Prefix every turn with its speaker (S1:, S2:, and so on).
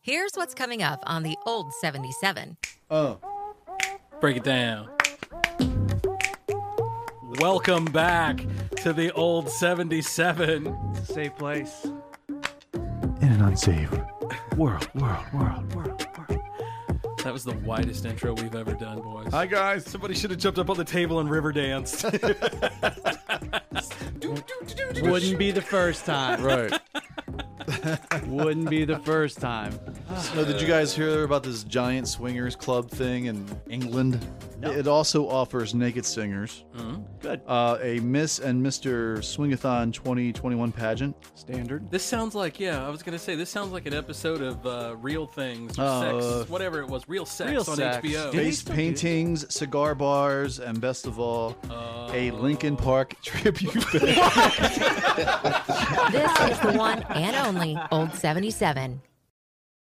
S1: Here's what's coming up on the old 77.
S2: Oh,
S3: Break it down. Welcome back to the old 77.
S4: It's a safe place.
S2: in an unsafe world, world, world, world, world.
S3: That was the widest intro we've ever done, boys.
S2: Hi guys.
S3: Somebody should have jumped up on the table and river danced.
S4: Wouldn't be the first time.
S2: Right.
S4: Wouldn't be the first time.
S2: No, did you guys hear about this giant swingers club thing in England? It also offers naked singers,
S4: Good.
S2: uh, a Miss and Mister Swingathon 2021 pageant.
S4: Standard.
S3: this sounds like, yeah, I was going to say, this sounds like an episode of uh, Real Things, or
S2: Oh, uh,
S3: Sex, whatever it was, Real Sex
S4: Real
S3: on
S4: Sex.
S3: HBO.
S4: Did-
S2: Face
S4: still do?
S2: paintings, cigar bars, and best of all, a Lincoln Park tribute. band.
S1: This is the one and only old 77.